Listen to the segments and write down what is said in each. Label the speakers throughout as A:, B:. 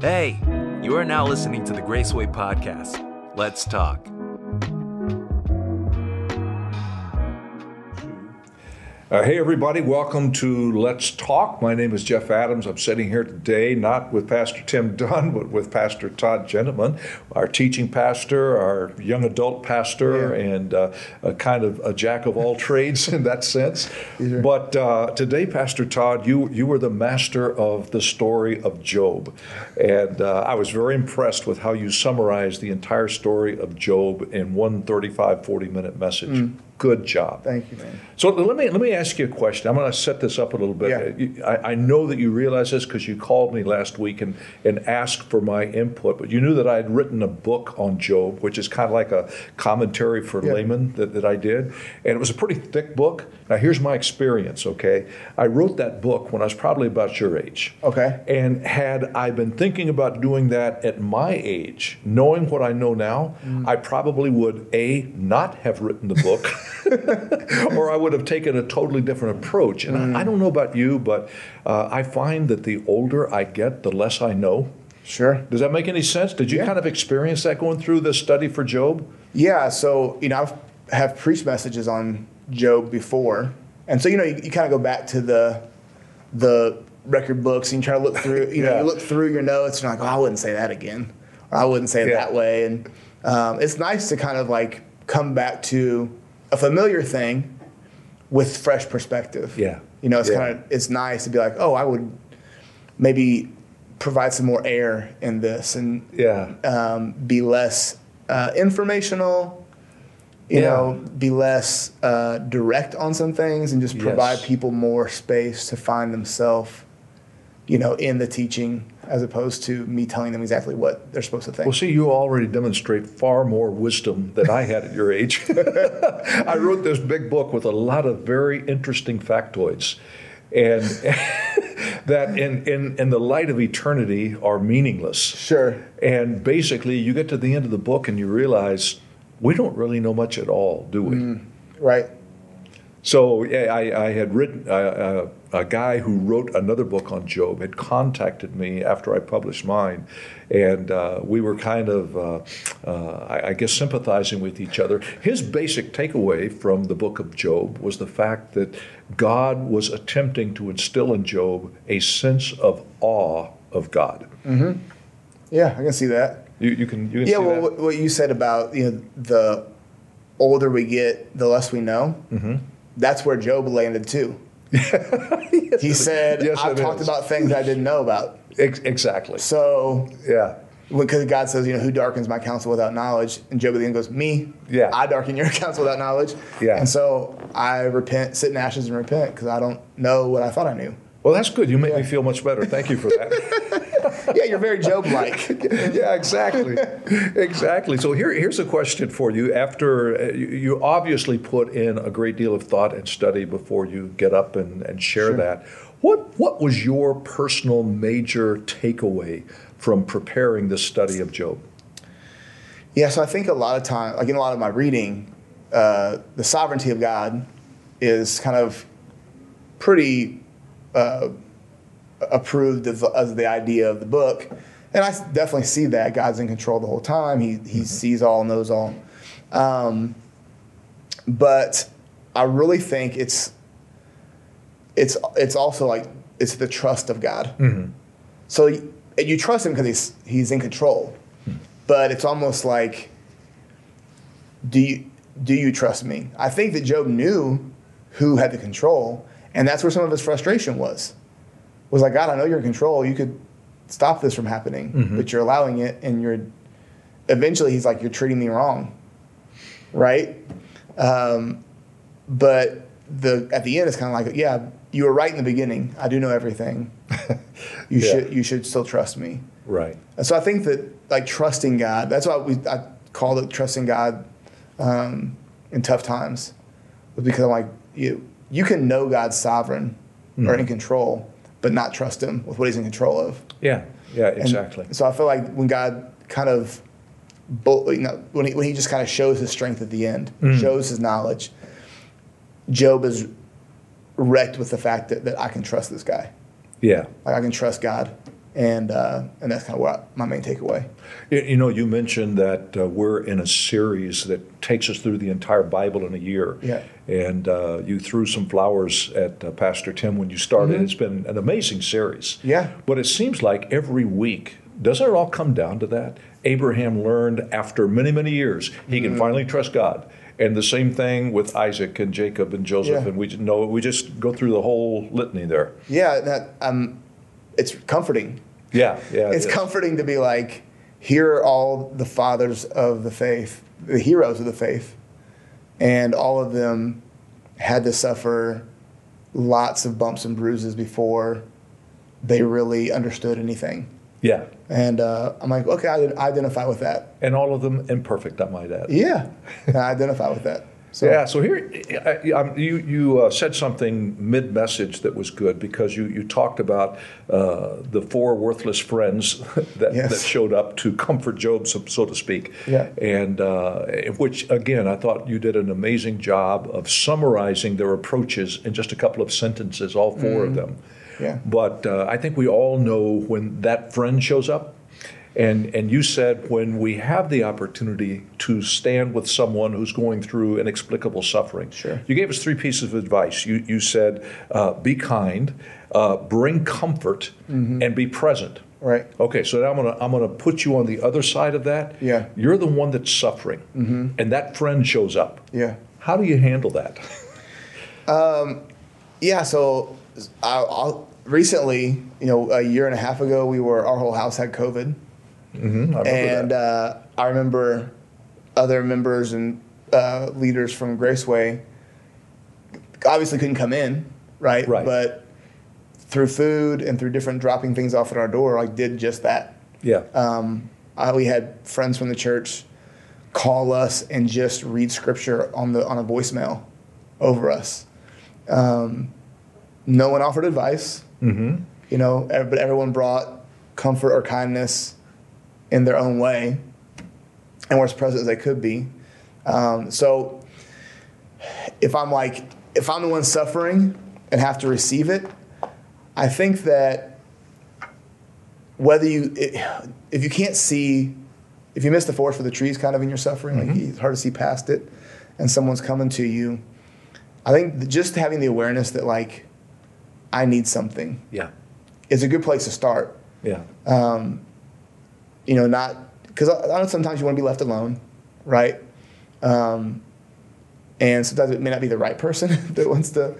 A: Hey, you are now listening to the Graceway Podcast. Let's talk.
B: Uh, hey, everybody, welcome to Let's Talk. My name is Jeff Adams. I'm sitting here today, not with Pastor Tim Dunn, but with Pastor Todd Gentleman, our teaching pastor, our young adult pastor, and uh, a kind of a jack of all trades in that sense. But uh, today, Pastor Todd, you, you were the master of the story of Job. And uh, I was very impressed with how you summarized the entire story of Job in one 35, 40 minute message. Good job.
C: Thank you, man.
B: So let me let me ask you a question. I'm going to set this up a little bit.
C: Yeah.
B: You- I, I know that you realize this because you called me last week and, and asked for my input, but you knew that I had written a book on Job, which is kind of like a commentary for
C: Yeah.
B: laymen that, that I did. And it was a pretty thick book. Now, here's my experience, okay? I wrote that book when I was probably about your age.
C: Okay.
B: And had I been thinking about doing that at my age, knowing what I know now,
C: Mm.
B: I probably would A, not have written the book, or I would have taken a totally different approach. And
C: Mm.
B: I, I don't know about you, but uh, I find that the older I get, the less I know.
C: Sure.
B: Does that make any sense? Did you
C: Yeah.
B: kind of experience that going through the study for Job?
C: Yeah. So you know, I've have preached messages on Job before, and so you know, you, you kind of go back to the the record books and you try to look through. You know,
B: Yeah.
C: you look through your notes and you're like, oh, I wouldn't say that again, or I wouldn't say it
B: Yeah.
C: that way. And um, it's nice to kind of like come back to a familiar thing with fresh perspective.
B: Yeah.
C: You know, it's
B: Yeah.
C: kind of it's nice to be like, oh, I would maybe provide some more air in this and
B: Yeah.
C: um, be less uh, informational, you
B: Yeah.
C: know, be less uh, direct on some things and just provide
B: Yes.
C: people more space to find themselves, you know, in the teaching as opposed to me telling them exactly what they're supposed to think.
B: Well, see, you already demonstrate far more wisdom than I had at your age. I wrote this big book with a lot of very interesting factoids, and that in, in, in the light of eternity are meaningless.
C: Sure.
B: And basically, you get to the end of the book and you realize we don't really know much at all, do we?
C: right.
B: So yeah, I, I had written uh, uh, a guy who wrote another book on Job had contacted me after I published mine, and uh, we were kind of, uh, uh, I, I guess, sympathizing with each other. His basic takeaway from the book of Job was the fact that God was attempting to instill in Job a sense of awe of God.
C: Yeah, I can see that.
B: You, you can you can
C: Yeah,
B: see
C: well,
B: that.
C: what, what you said about, you know, the older we get, the less we know. Mm-hmm. That's where Job landed too. he said,
B: Yes,
C: I've
B: it
C: talked
B: is.
C: about things I didn't know about.
B: Ex- exactly.
C: So
B: Yeah.
C: because God says, you know, who darkens my counsel without knowledge? And Job at the end goes, me.
B: Yeah.
C: I darken your counsel without knowledge.
B: Yeah.
C: And so I repent, sit in ashes and repent because I don't know what I thought I knew.
B: Well, that's good. You make me feel much better. Thank you for that.
C: Yeah, you're very Job-like.
B: yeah, exactly, exactly. So here, here's a question for you. After uh, you, you obviously put in a great deal of thought and study before you get up and, and share that. What what was your personal major takeaway from preparing this study of Job?
C: yeah, so I think a lot of time, like in a lot of my reading, uh, the sovereignty of God is kind of pretty uh, approved of, of the idea of the book. And I s- definitely see that. God's in control the whole time. He, he sees all, knows all. Um, but I really think it's it's it's also like it's the trust of God. So you, you trust him because he's he's in control, but it's almost like do you do you trust me? I think that Job knew who had the control, and that's where some of his frustration was. Was like God, I know you're in control. You could stop this from happening, but you're allowing it, and you're eventually he's like you're treating me wrong, right? Um, but the at the end it's kind of like yeah you were right in the beginning i do know everything you
B: Yeah.
C: should you should still trust me
B: Right.
C: and so i think that like trusting god that's why we i called it trusting god um, in tough times was because i'm like you you can know god's sovereign or in control but not trust him with what he's in control of
B: Yeah. Yeah.
C: and
B: Exactly.
C: So I feel like when God kind of, bu- you know, when he, when he just kind of shows his strength at the end, shows his knowledge, Job is wrecked with the fact that, that I can trust this guy.
B: yeah.
C: Like I can trust God and uh, and that's kind of what I, my main takeaway.
B: You you know, you mentioned that uh, we're in a series that takes us through the entire Bible in a year.
C: Yeah.
B: And uh, you threw some flowers at uh, Pastor Tim when you started. It's been an amazing series.
C: Mm-hmm. Yeah.
B: But it seems like every week, doesn't it all come down to that? Abraham learned after many, many years he
C: Mm-hmm.
B: can finally trust God. And the same thing with Isaac and Jacob and Joseph,
C: Yeah.
B: and we just know we just go through the whole litany there.
C: Yeah, that um, it's comforting.
B: Yeah, yeah.
C: It's
B: yeah.
C: comforting to be like, here are all the fathers of the faith, the heroes of the faith, and all of them had to suffer lots of bumps and bruises before they really understood anything.
B: yeah,
C: And uh, I'm like, okay, I ident- identify with that.
B: and all of them imperfect, I might add.
C: Yeah, I identify with that. So,
B: yeah, so here I, I'm, you you uh, said something mid message that was good because you you talked about uh, the four worthless friends that,
C: Yes.
B: that showed up to comfort Job, so, so to speak.
C: Yeah.
B: and uh, which again I thought you did an amazing job of summarizing their approaches in just a couple of sentences, all four
C: Mm.
B: of them.
C: Yeah.
B: But uh, I think we all know when that friend shows up. And, and you said when we have the opportunity to stand with someone who's going through inexplicable suffering.
C: Sure.
B: You gave us three pieces of advice. You, you said uh, be kind, uh, bring comfort,
C: Mm-hmm.
B: and be present.
C: Right.
B: Okay, so now I'm gonna I'm gonna put you on the other side of that.
C: Yeah. Mm-hmm.
B: You're the one that's suffering, and that friend shows up.
C: Yeah.
B: How do you handle that?
C: Yeah, so I, I'll, recently, you know, a year and a half ago, we were our whole house had COVID,
B: Mm-hmm, I remember
C: and
B: that.
C: uh, I remember other members and uh, leaders from Graceway obviously couldn't come in, right?
B: Right.
C: But through food and through different dropping things off at our door, like did just that.
B: yeah.
C: Um, I, we had friends from the church call us and just read scripture on the on a voicemail over us. Um, no one offered advice. Mm-hmm. You know, ev- but everyone brought comfort or kindness in their own way, and were as present as they could be. Um, so, if I'm like, if I'm the one suffering and have to receive it, I think that whether you it, if you can't see if you miss the forest for the trees kind of in your suffering like
B: Mm-hmm.
C: it's hard to see past it and someone's coming to you i think th- just having the awareness that like i need something
B: yeah.
C: is a good place to start
B: Yeah.
C: you know not because I, I know sometimes you want to be left alone right um, and sometimes it may not be the right person that wants to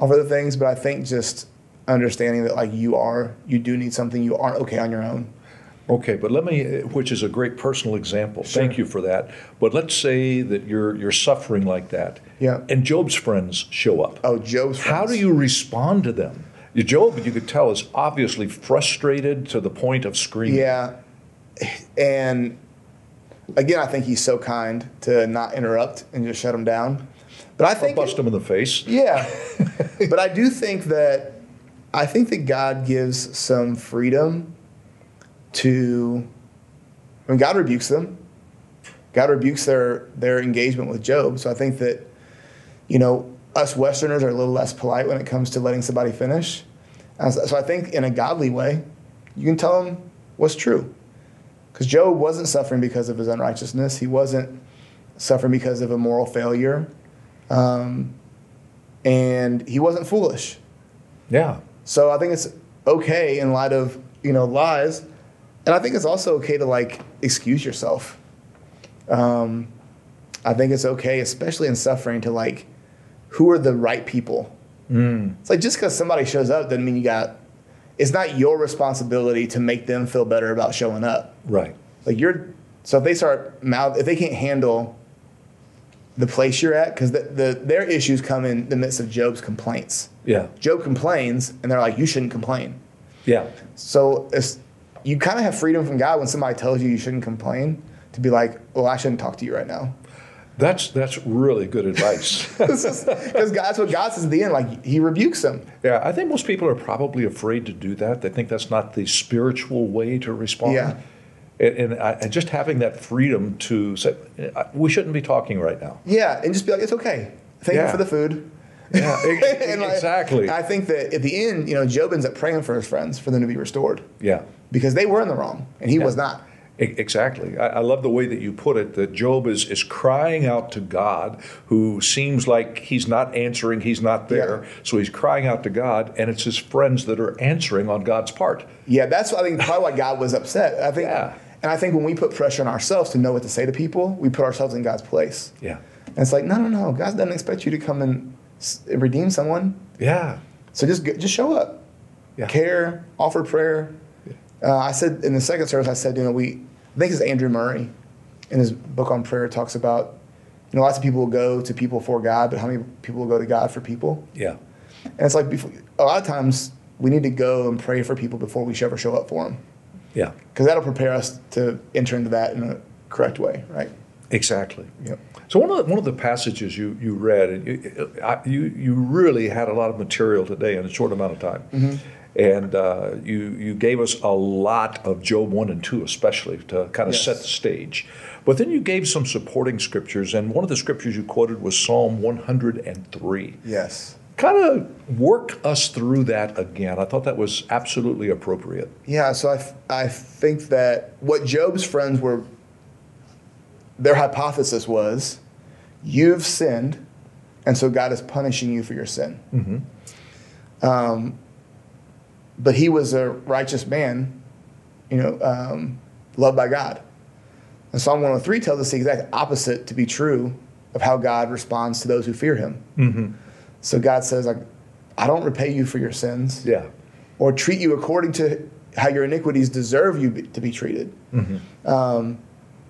C: offer the things but i think just understanding that like you are you do need something you aren't okay on your own
B: Okay, but let me, which is a great personal example. Thank you for that. But let's say that you're you're suffering like that.
C: Yeah.
B: And Job's friends show up.
C: oh joe's
B: How
C: friends.
B: do you respond to them? Job, you could tell, is obviously frustrated to the point of screaming.
C: Yeah. And again, I think he's so kind to not interrupt and just shut him down. But I
B: Or
C: think,
B: bust him in the face.
C: yeah. but I do think that, I think that God gives some freedom to, when God rebukes them, God rebukes their, their engagement with Job. So I think that, you know, us Westerners are a little less polite when it comes to letting somebody finish. And So so I think in a godly way, you can tell them what's true. Because Job wasn't suffering because of his unrighteousness, he wasn't suffering because of a moral failure, um, and he wasn't foolish.
B: Yeah.
C: So I think it's okay in light of you know lies, and I think it's also okay to like excuse yourself. Um, I think it's okay, especially in suffering, to like who are the right people. It's like just because somebody shows up doesn't mean you got. It's not your responsibility to make them feel better about showing up.
B: Right.
C: Like you're. So if they start mouth, if they can't handle the place you're at, because the, the their issues come in the midst of Job's complaints.
B: Yeah.
C: Job complains, and they're like, "You shouldn't complain."
B: Yeah.
C: So it's, you kind of have freedom from God when somebody tells you you shouldn't complain to be like, "Well, I shouldn't talk to you right now,"
B: That's that's really good advice.
C: because that's what God says at the end. Like He rebukes them.
B: yeah, I think most people are probably afraid to do that. They think that's not the spiritual way to respond.
C: Yeah.
B: And, and, I, and just having that freedom to say, "I- we shouldn't be talking right now.
C: Yeah, and just be like, "It's okay. Thank
B: Yeah.
C: you for the food."
B: Yeah,
C: And, like,
B: exactly.
C: I think that at the end, you know, Job ends up praying for his friends for them to be restored.
B: yeah,
C: because they were in the wrong and he
B: Yeah.
C: was not.
B: E- Exactly. I, I love the way that you put it that Job is, is crying out to God, who seems like he's not answering, he's not there.
C: Yeah.
B: So he's crying out to God, and it's his friends that are answering on God's part.
C: Yeah, that's I think probably why God was upset. I think,
B: Yeah.
C: and I think when we put pressure on ourselves to know what to say to people, we put ourselves in God's place.
B: Yeah.
C: And it's like, no, no, no, God doesn't expect you to come and s- redeem someone.
B: Yeah.
C: So just go- just show up,
B: Yeah.
C: care, offer prayer. Uh, I said in the second service, I said, you know, we I think it's Andrew Murray in his book on prayer talks about, you know, lots of people will go to people for God, but how many people will go to God for people?
B: Yeah.
C: And it's like before, a lot of times we need to go and pray for people before we ever show up for them
B: Yeah.
C: because that'll prepare us to enter into that in a correct way, right?
B: Exactly.
C: Yep.
B: So one of the, one of the passages you, you read, and you, I, you you really had a lot of material today in a short amount of time, and uh, you you gave us a lot of Job one and two, especially to kind of
C: Yes.
B: set the stage. But then you gave some supporting scriptures, and one of the scriptures you quoted was Psalm one hundred and three.
C: Yes.
B: Kind of work us through that again. I thought that was absolutely appropriate.
C: Yeah, so I, f- I think that what Job's friends were, their hypothesis was, you've sinned, and so God is punishing you for your sin. Um, but he was a righteous man, you know, um, loved by God. And Psalm 103 tells us the exact opposite to be true of how God responds to those who fear him. So God says, like, I don't repay you for your sins
B: Yeah.
C: or treat you according to how your iniquities deserve you be, to be treated. Um,
B: Mm-hmm.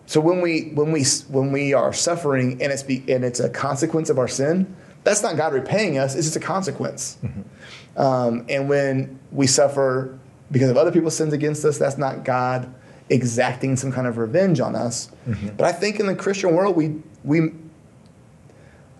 C: so when we when we s- when we are suffering and it's be, and it's a consequence of our sin, that's not God repaying us. It's just a consequence.
B: Mm-hmm.
C: Um, and when we suffer because of other people's sins against us, that's not God exacting some kind of revenge on us.
B: Mm-hmm.
C: But I think in the Christian world, we we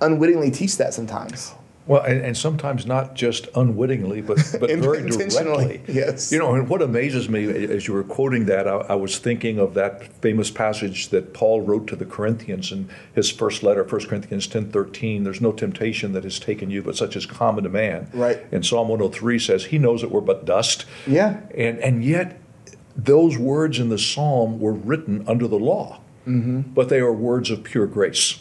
C: unwittingly teach that sometimes.
B: Well, and, and sometimes not just unwittingly, but, but very
C: Intentionally,
B: directly.
C: yes.
B: You know, and what amazes me as you were quoting that, I, I was thinking of that famous passage that Paul wrote to the Corinthians in his first letter, 1 Corinthians ten thirteen. There's no temptation that has taken you, but such is common to man.
C: Right.
B: And Psalm 103 says, He knows that we're but dust.
C: Yeah.
B: And, and yet, those words in the psalm were written under the law,
C: Mm-hmm.
B: but they are words of pure grace.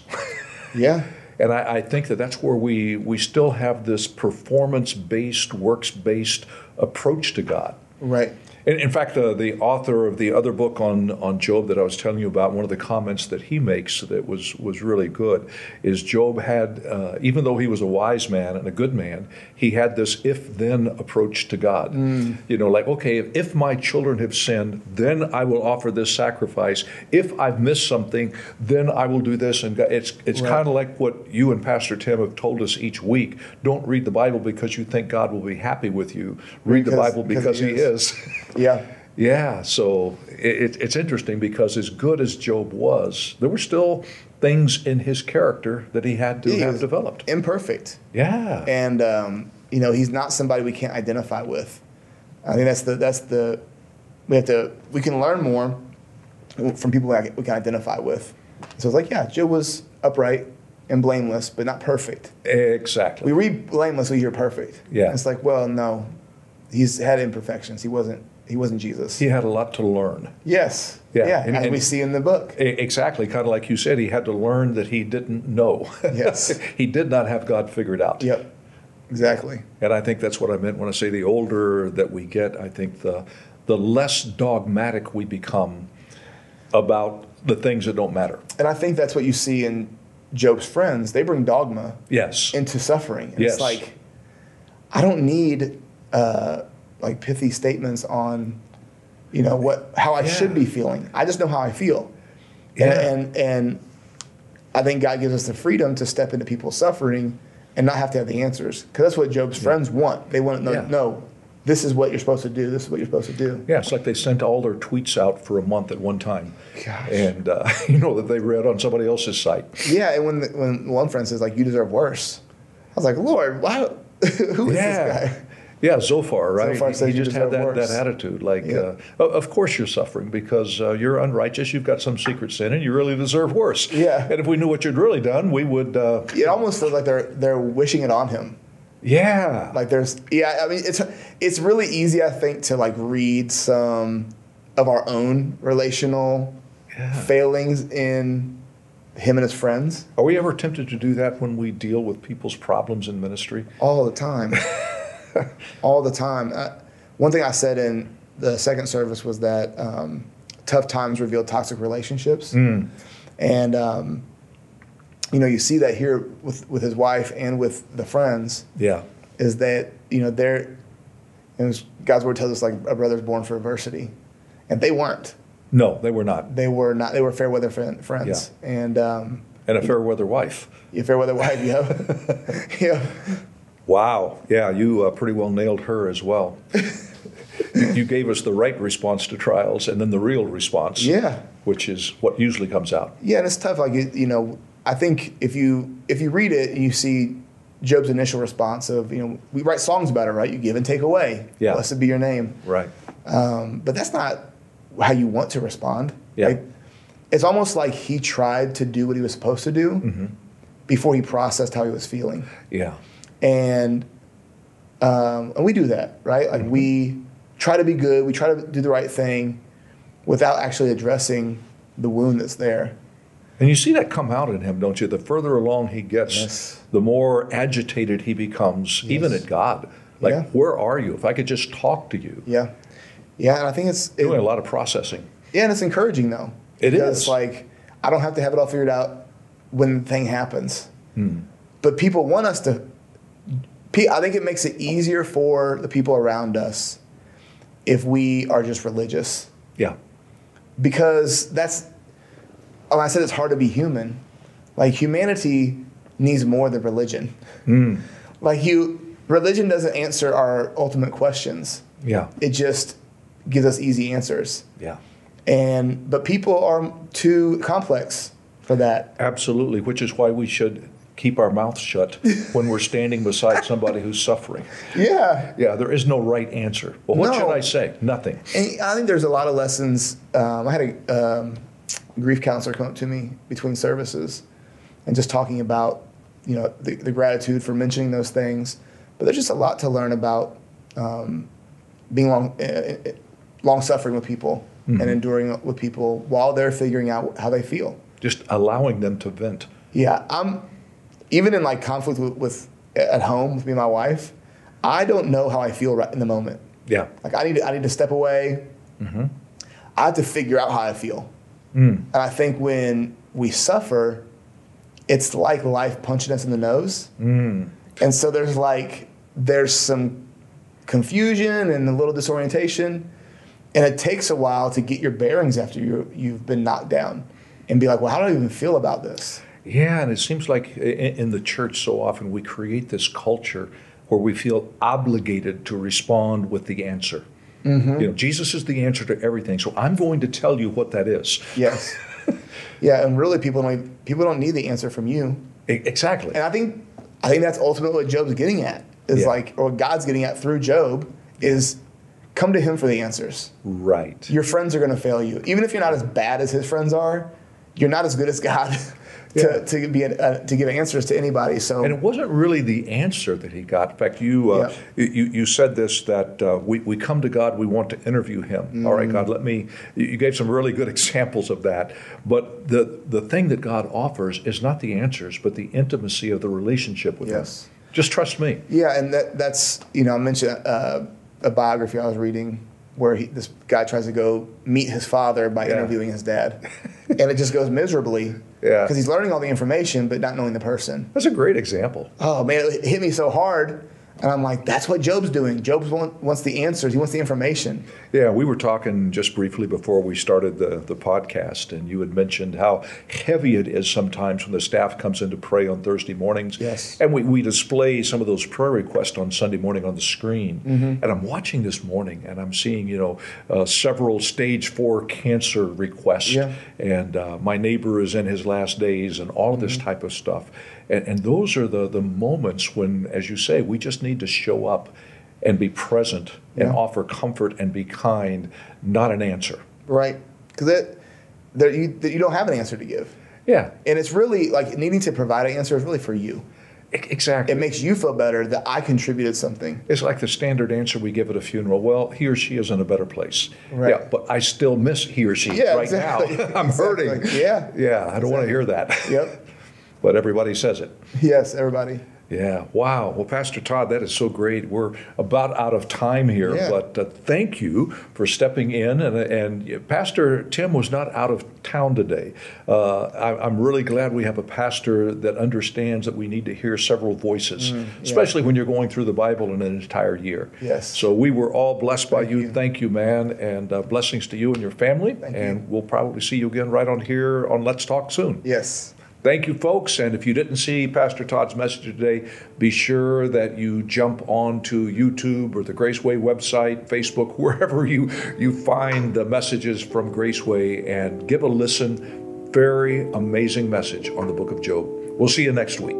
C: Yeah.
B: And I, I think that that's where we, we still have this performance based, works based approach to God.
C: Right.
B: In, in fact, uh, the author of the other book on, on Job that I was telling you about, one of the comments that he makes that was, was really good is Job had, uh, even though he was a wise man and a good man, he had this if then approach to God.
C: Mm.
B: You know, like, okay, if, if my children have sinned, then I will offer this sacrifice. If I've missed something, then I will do this. And God- it's, it's
C: Right.
B: kind of like what you and Pastor Tim have told us each week don't read the Bible because you think God will be happy with you, read the
C: Because-
B: Bible because,
C: because he
B: He
C: is.
B: is.
C: Yeah.
B: Yeah, so it, it's interesting because as good as Job was, there were still things in his character that he had to
C: He
B: have
C: is
B: developed.
C: imperfect.
B: Yeah,
C: And um, you know, he's not somebody we can't identify with. I think that's the that's the we have to we can learn more from people that we can identify with. So it's like, yeah, Joe was upright and blameless, but not perfect.
B: exactly.
C: We read blameless, we hear perfect.
B: Yeah.
C: It's like, well, no, he's had imperfections. He wasn't he wasn't Jesus.
B: he had a lot to learn.
C: yes.
B: Yeah,
C: Yeah.
B: and-
C: as
B: and-
C: we see in the book.
B: E- Exactly, kind of like you said, he had to learn that he didn't know.
C: Yes.
B: he did not have God figured out.
C: Yep. Exactly.
B: And I think that's what I meant when I say the older that we get, I think the the less dogmatic we become about the things that don't matter.
C: And I think that's what you see in Job's friends. They bring dogma
B: Yes.
C: into suffering. And
B: Yes.
C: It's like I don't need uh, like pithy statements on you know what how I
B: Yeah.
C: should be feeling. I just know how I feel.
B: Yeah.
C: And, and and I think God gives us the freedom to step into people's suffering and not have to have the answers because that's what Job's friends want. They want to know,
B: Yeah.
C: no, this is what you're supposed to do. This is what you're supposed to do.
B: Yeah, it's like they sent all their tweets out for a month at one time.
C: Gosh.
B: And, uh, you know, that they read on somebody else's site.
C: Yeah, and when the, when one friend says like you deserve worse, I was like, Lord, why? Who is this guy?
B: Yeah, Zophar, right?
C: Zophar
B: He-
C: says
B: he
C: you
B: just had
C: deserve
B: that,
C: worse.
B: that attitude. Like,
C: Yeah.
B: uh, o- of course you're suffering because uh, you're unrighteous. You've got some secret sin and you really deserve worse.
C: Yeah.
B: And if we knew what you'd really done, we would. Uh,
C: It almost feels like they're they're wishing it on him.
B: yeah.
C: Like there's yeah, I mean it's it's really easy, I think, to like read some of our own relational failings in him and his friends
B: Are we ever tempted to do that when we deal with people's problems in ministry?
C: all the time. all the time. Uh, one thing I said in the second service was that um, tough times reveal toxic relationships. And, um, you know, you see that here with, with his wife and with the friends.
B: Yeah.
C: is that you know they're and it's- God's word tells us like a brother's born for adversity, and they weren't.
B: No, they were not.
C: They were not. They were fair weather friend, friends, and um,
B: And a fair weather wife.
C: you fair weather wife, yo, yeah.
B: Wow. Yeah, you uh, pretty well nailed her as well. you, you gave us the right response to trials and then the real response.
C: Yeah.
B: Which is what usually comes out.
C: yeah, and it's tough. Like you, you know, I think if you if you read it, you see Job's initial response of you know we write songs about it, right? You give and take away.
B: Yeah.
C: Blessed be your name.
B: Right.
C: Um, but that's not how you want to respond.
B: Yeah.
C: Like, it's almost like he tried to do what he was supposed to do
B: Mm-hmm.
C: before he processed how he was feeling.
B: Yeah.
C: And, um, and we do that, right? Like we try to be good, we try to do the right thing without actually addressing the wound that's there.
B: And you see that come out in him, don't you? The further along he gets,
C: Yes.
B: the more agitated he becomes, even
C: Yes.
B: at God. Like,
C: Yeah.
B: where are you? If I could just talk to you.
C: Yeah. Yeah. And I think it's, it,
B: Doing a lot of processing.
C: yeah, and it's encouraging though.
B: It
C: because,
B: is.
C: like, I don't have to have it all figured out when the thing happens.
B: Hmm.
C: But people want us to. pe- I think it makes it easier for the people around us if we are just religious,
B: Yeah.
C: because that's. When I said it's hard to be human, like humanity needs more than religion. Like you, religion doesn't answer our ultimate questions.
B: Yeah.
C: It just gives us easy answers
B: Yeah.
C: and but people are too complex for that.
B: Absolutely, which is why we should keep our mouths shut when we're standing beside somebody who's suffering.
C: Yeah,
B: Yeah, there is no right answer. Well, what
C: No.
B: should I say? Nothing.
C: and I think there's a lot of lessons. Um, I had a um, grief counselor come up to me between services, and just talking about you know the, the gratitude for mentioning those things, but there's just a lot to learn about um, being long uh, long suffering with people and enduring with people while they're figuring out how they feel.
B: Just allowing them to vent.
C: Yeah, I'm even in like conflict with, with at home with me and my wife. I don't know how I feel right in the moment.
B: Yeah,
C: Like I need to, I need to step away. I have to figure out how I feel. And I think when we suffer, it's like life punching us in the nose. And so there's like there's some confusion and a little disorientation, and it takes a while to get your bearings after you you've been knocked down, and be like, well, how do I even feel about this?
B: yeah, and it seems like i- in the church so often we create this culture where we feel obligated to respond with the answer.
C: Mm-hmm.
B: You know, Jesus is the answer to everything, so I'm going to tell you what that is.
C: Yes. yeah, and really, people don't even- people don't need the answer from you.
B: E- Exactly.
C: And I think I think that's ultimately what Job's getting at is
B: Yeah.
C: like, or what God's getting at through Job is come to Him for the answers.
B: Right.
C: Your friends are going to fail you, even if you're not as bad as his friends are. You're not as good as God to, to be an, uh, to give answers to anybody. So
B: And it wasn't really the answer that he got. In fact, you uh, you, you said this that uh, we, we come to God, we want to interview Him. All
C: Mm.
B: right, God, let me. You you gave some really good examples of that. But the the thing that God offers is not the answers, but the intimacy of the relationship with
C: Yes.
B: Him. Just trust me.
C: Yeah, and that that's you know I mentioned uh, a biography I was reading where he, this guy tries to go meet his father by
B: Yeah.
C: interviewing his dad, and it just goes miserably.
B: Yeah.
C: because he's learning all the information but not knowing the person.
B: That's a great example.
C: Oh man, it hit me so hard, and I'm like, that's what Job's doing. Job want, wants the answers. He wants the information.
B: Yeah, we were talking just briefly before we started the, the podcast, and you had mentioned how heavy it is sometimes when the staff comes in to pray on Thursday mornings.
C: Yes.
B: And we, we display some of those prayer requests on Sunday morning on the screen. And
C: Mm-hmm.
B: I'm watching this morning, and I'm seeing, you know, uh, several stage four cancer requests,
C: Yeah.
B: and uh, my neighbor is in his last days, and all of
C: Mm-hmm.
B: this type of stuff. And, and those are the, the moments when, as you say, we just need to show up and be present and
C: Yeah.
B: offer comfort and be kind, not an answer.
C: Right? Because that there you that you don't have an answer to give,
B: Yeah,
C: and it's really like needing to provide an answer is really for you.
B: Exactly.
C: It makes you feel better that I contributed something.
B: It's like the standard answer we give at a funeral. Well, he or she is in a better place.
C: Right.
B: Yeah, but I still miss he or she
C: Yeah,
B: right
C: exactly.
B: now. I'm
C: Exactly.
B: hurting.
C: Yeah.
B: Yeah, I don't want to hear that.
C: Yep.
B: but everybody says it.
C: Yes, everybody.
B: Yeah. Wow. Well, Pastor Todd, that is so great. We're about out of time here,
C: Yeah.
B: but uh, thank you for stepping in. And, and Pastor Tim was not out of town today. Uh, I, I'm really glad we have a pastor that understands that we need to hear several voices,
C: Mm,
B: especially when you're going through the Bible in an entire year.
C: Yes.
B: So we were all blessed by you. Thank you, man, and uh, blessings to you and your family.
C: Thank
B: and
C: you.
B: we'll probably see you again right on here on Let's Talk soon.
C: Yes.
B: Thank you, folks. And if you didn't see Pastor Todd's message today, be sure that you jump on to YouTube or the Graceway website, Facebook, wherever you, you find the messages from Graceway and give a listen. Very amazing message on the book of Job. We'll see you next week.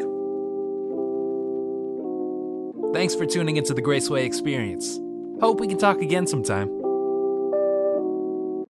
D: Thanks for tuning into the Graceway Experience. Hope we can talk again sometime.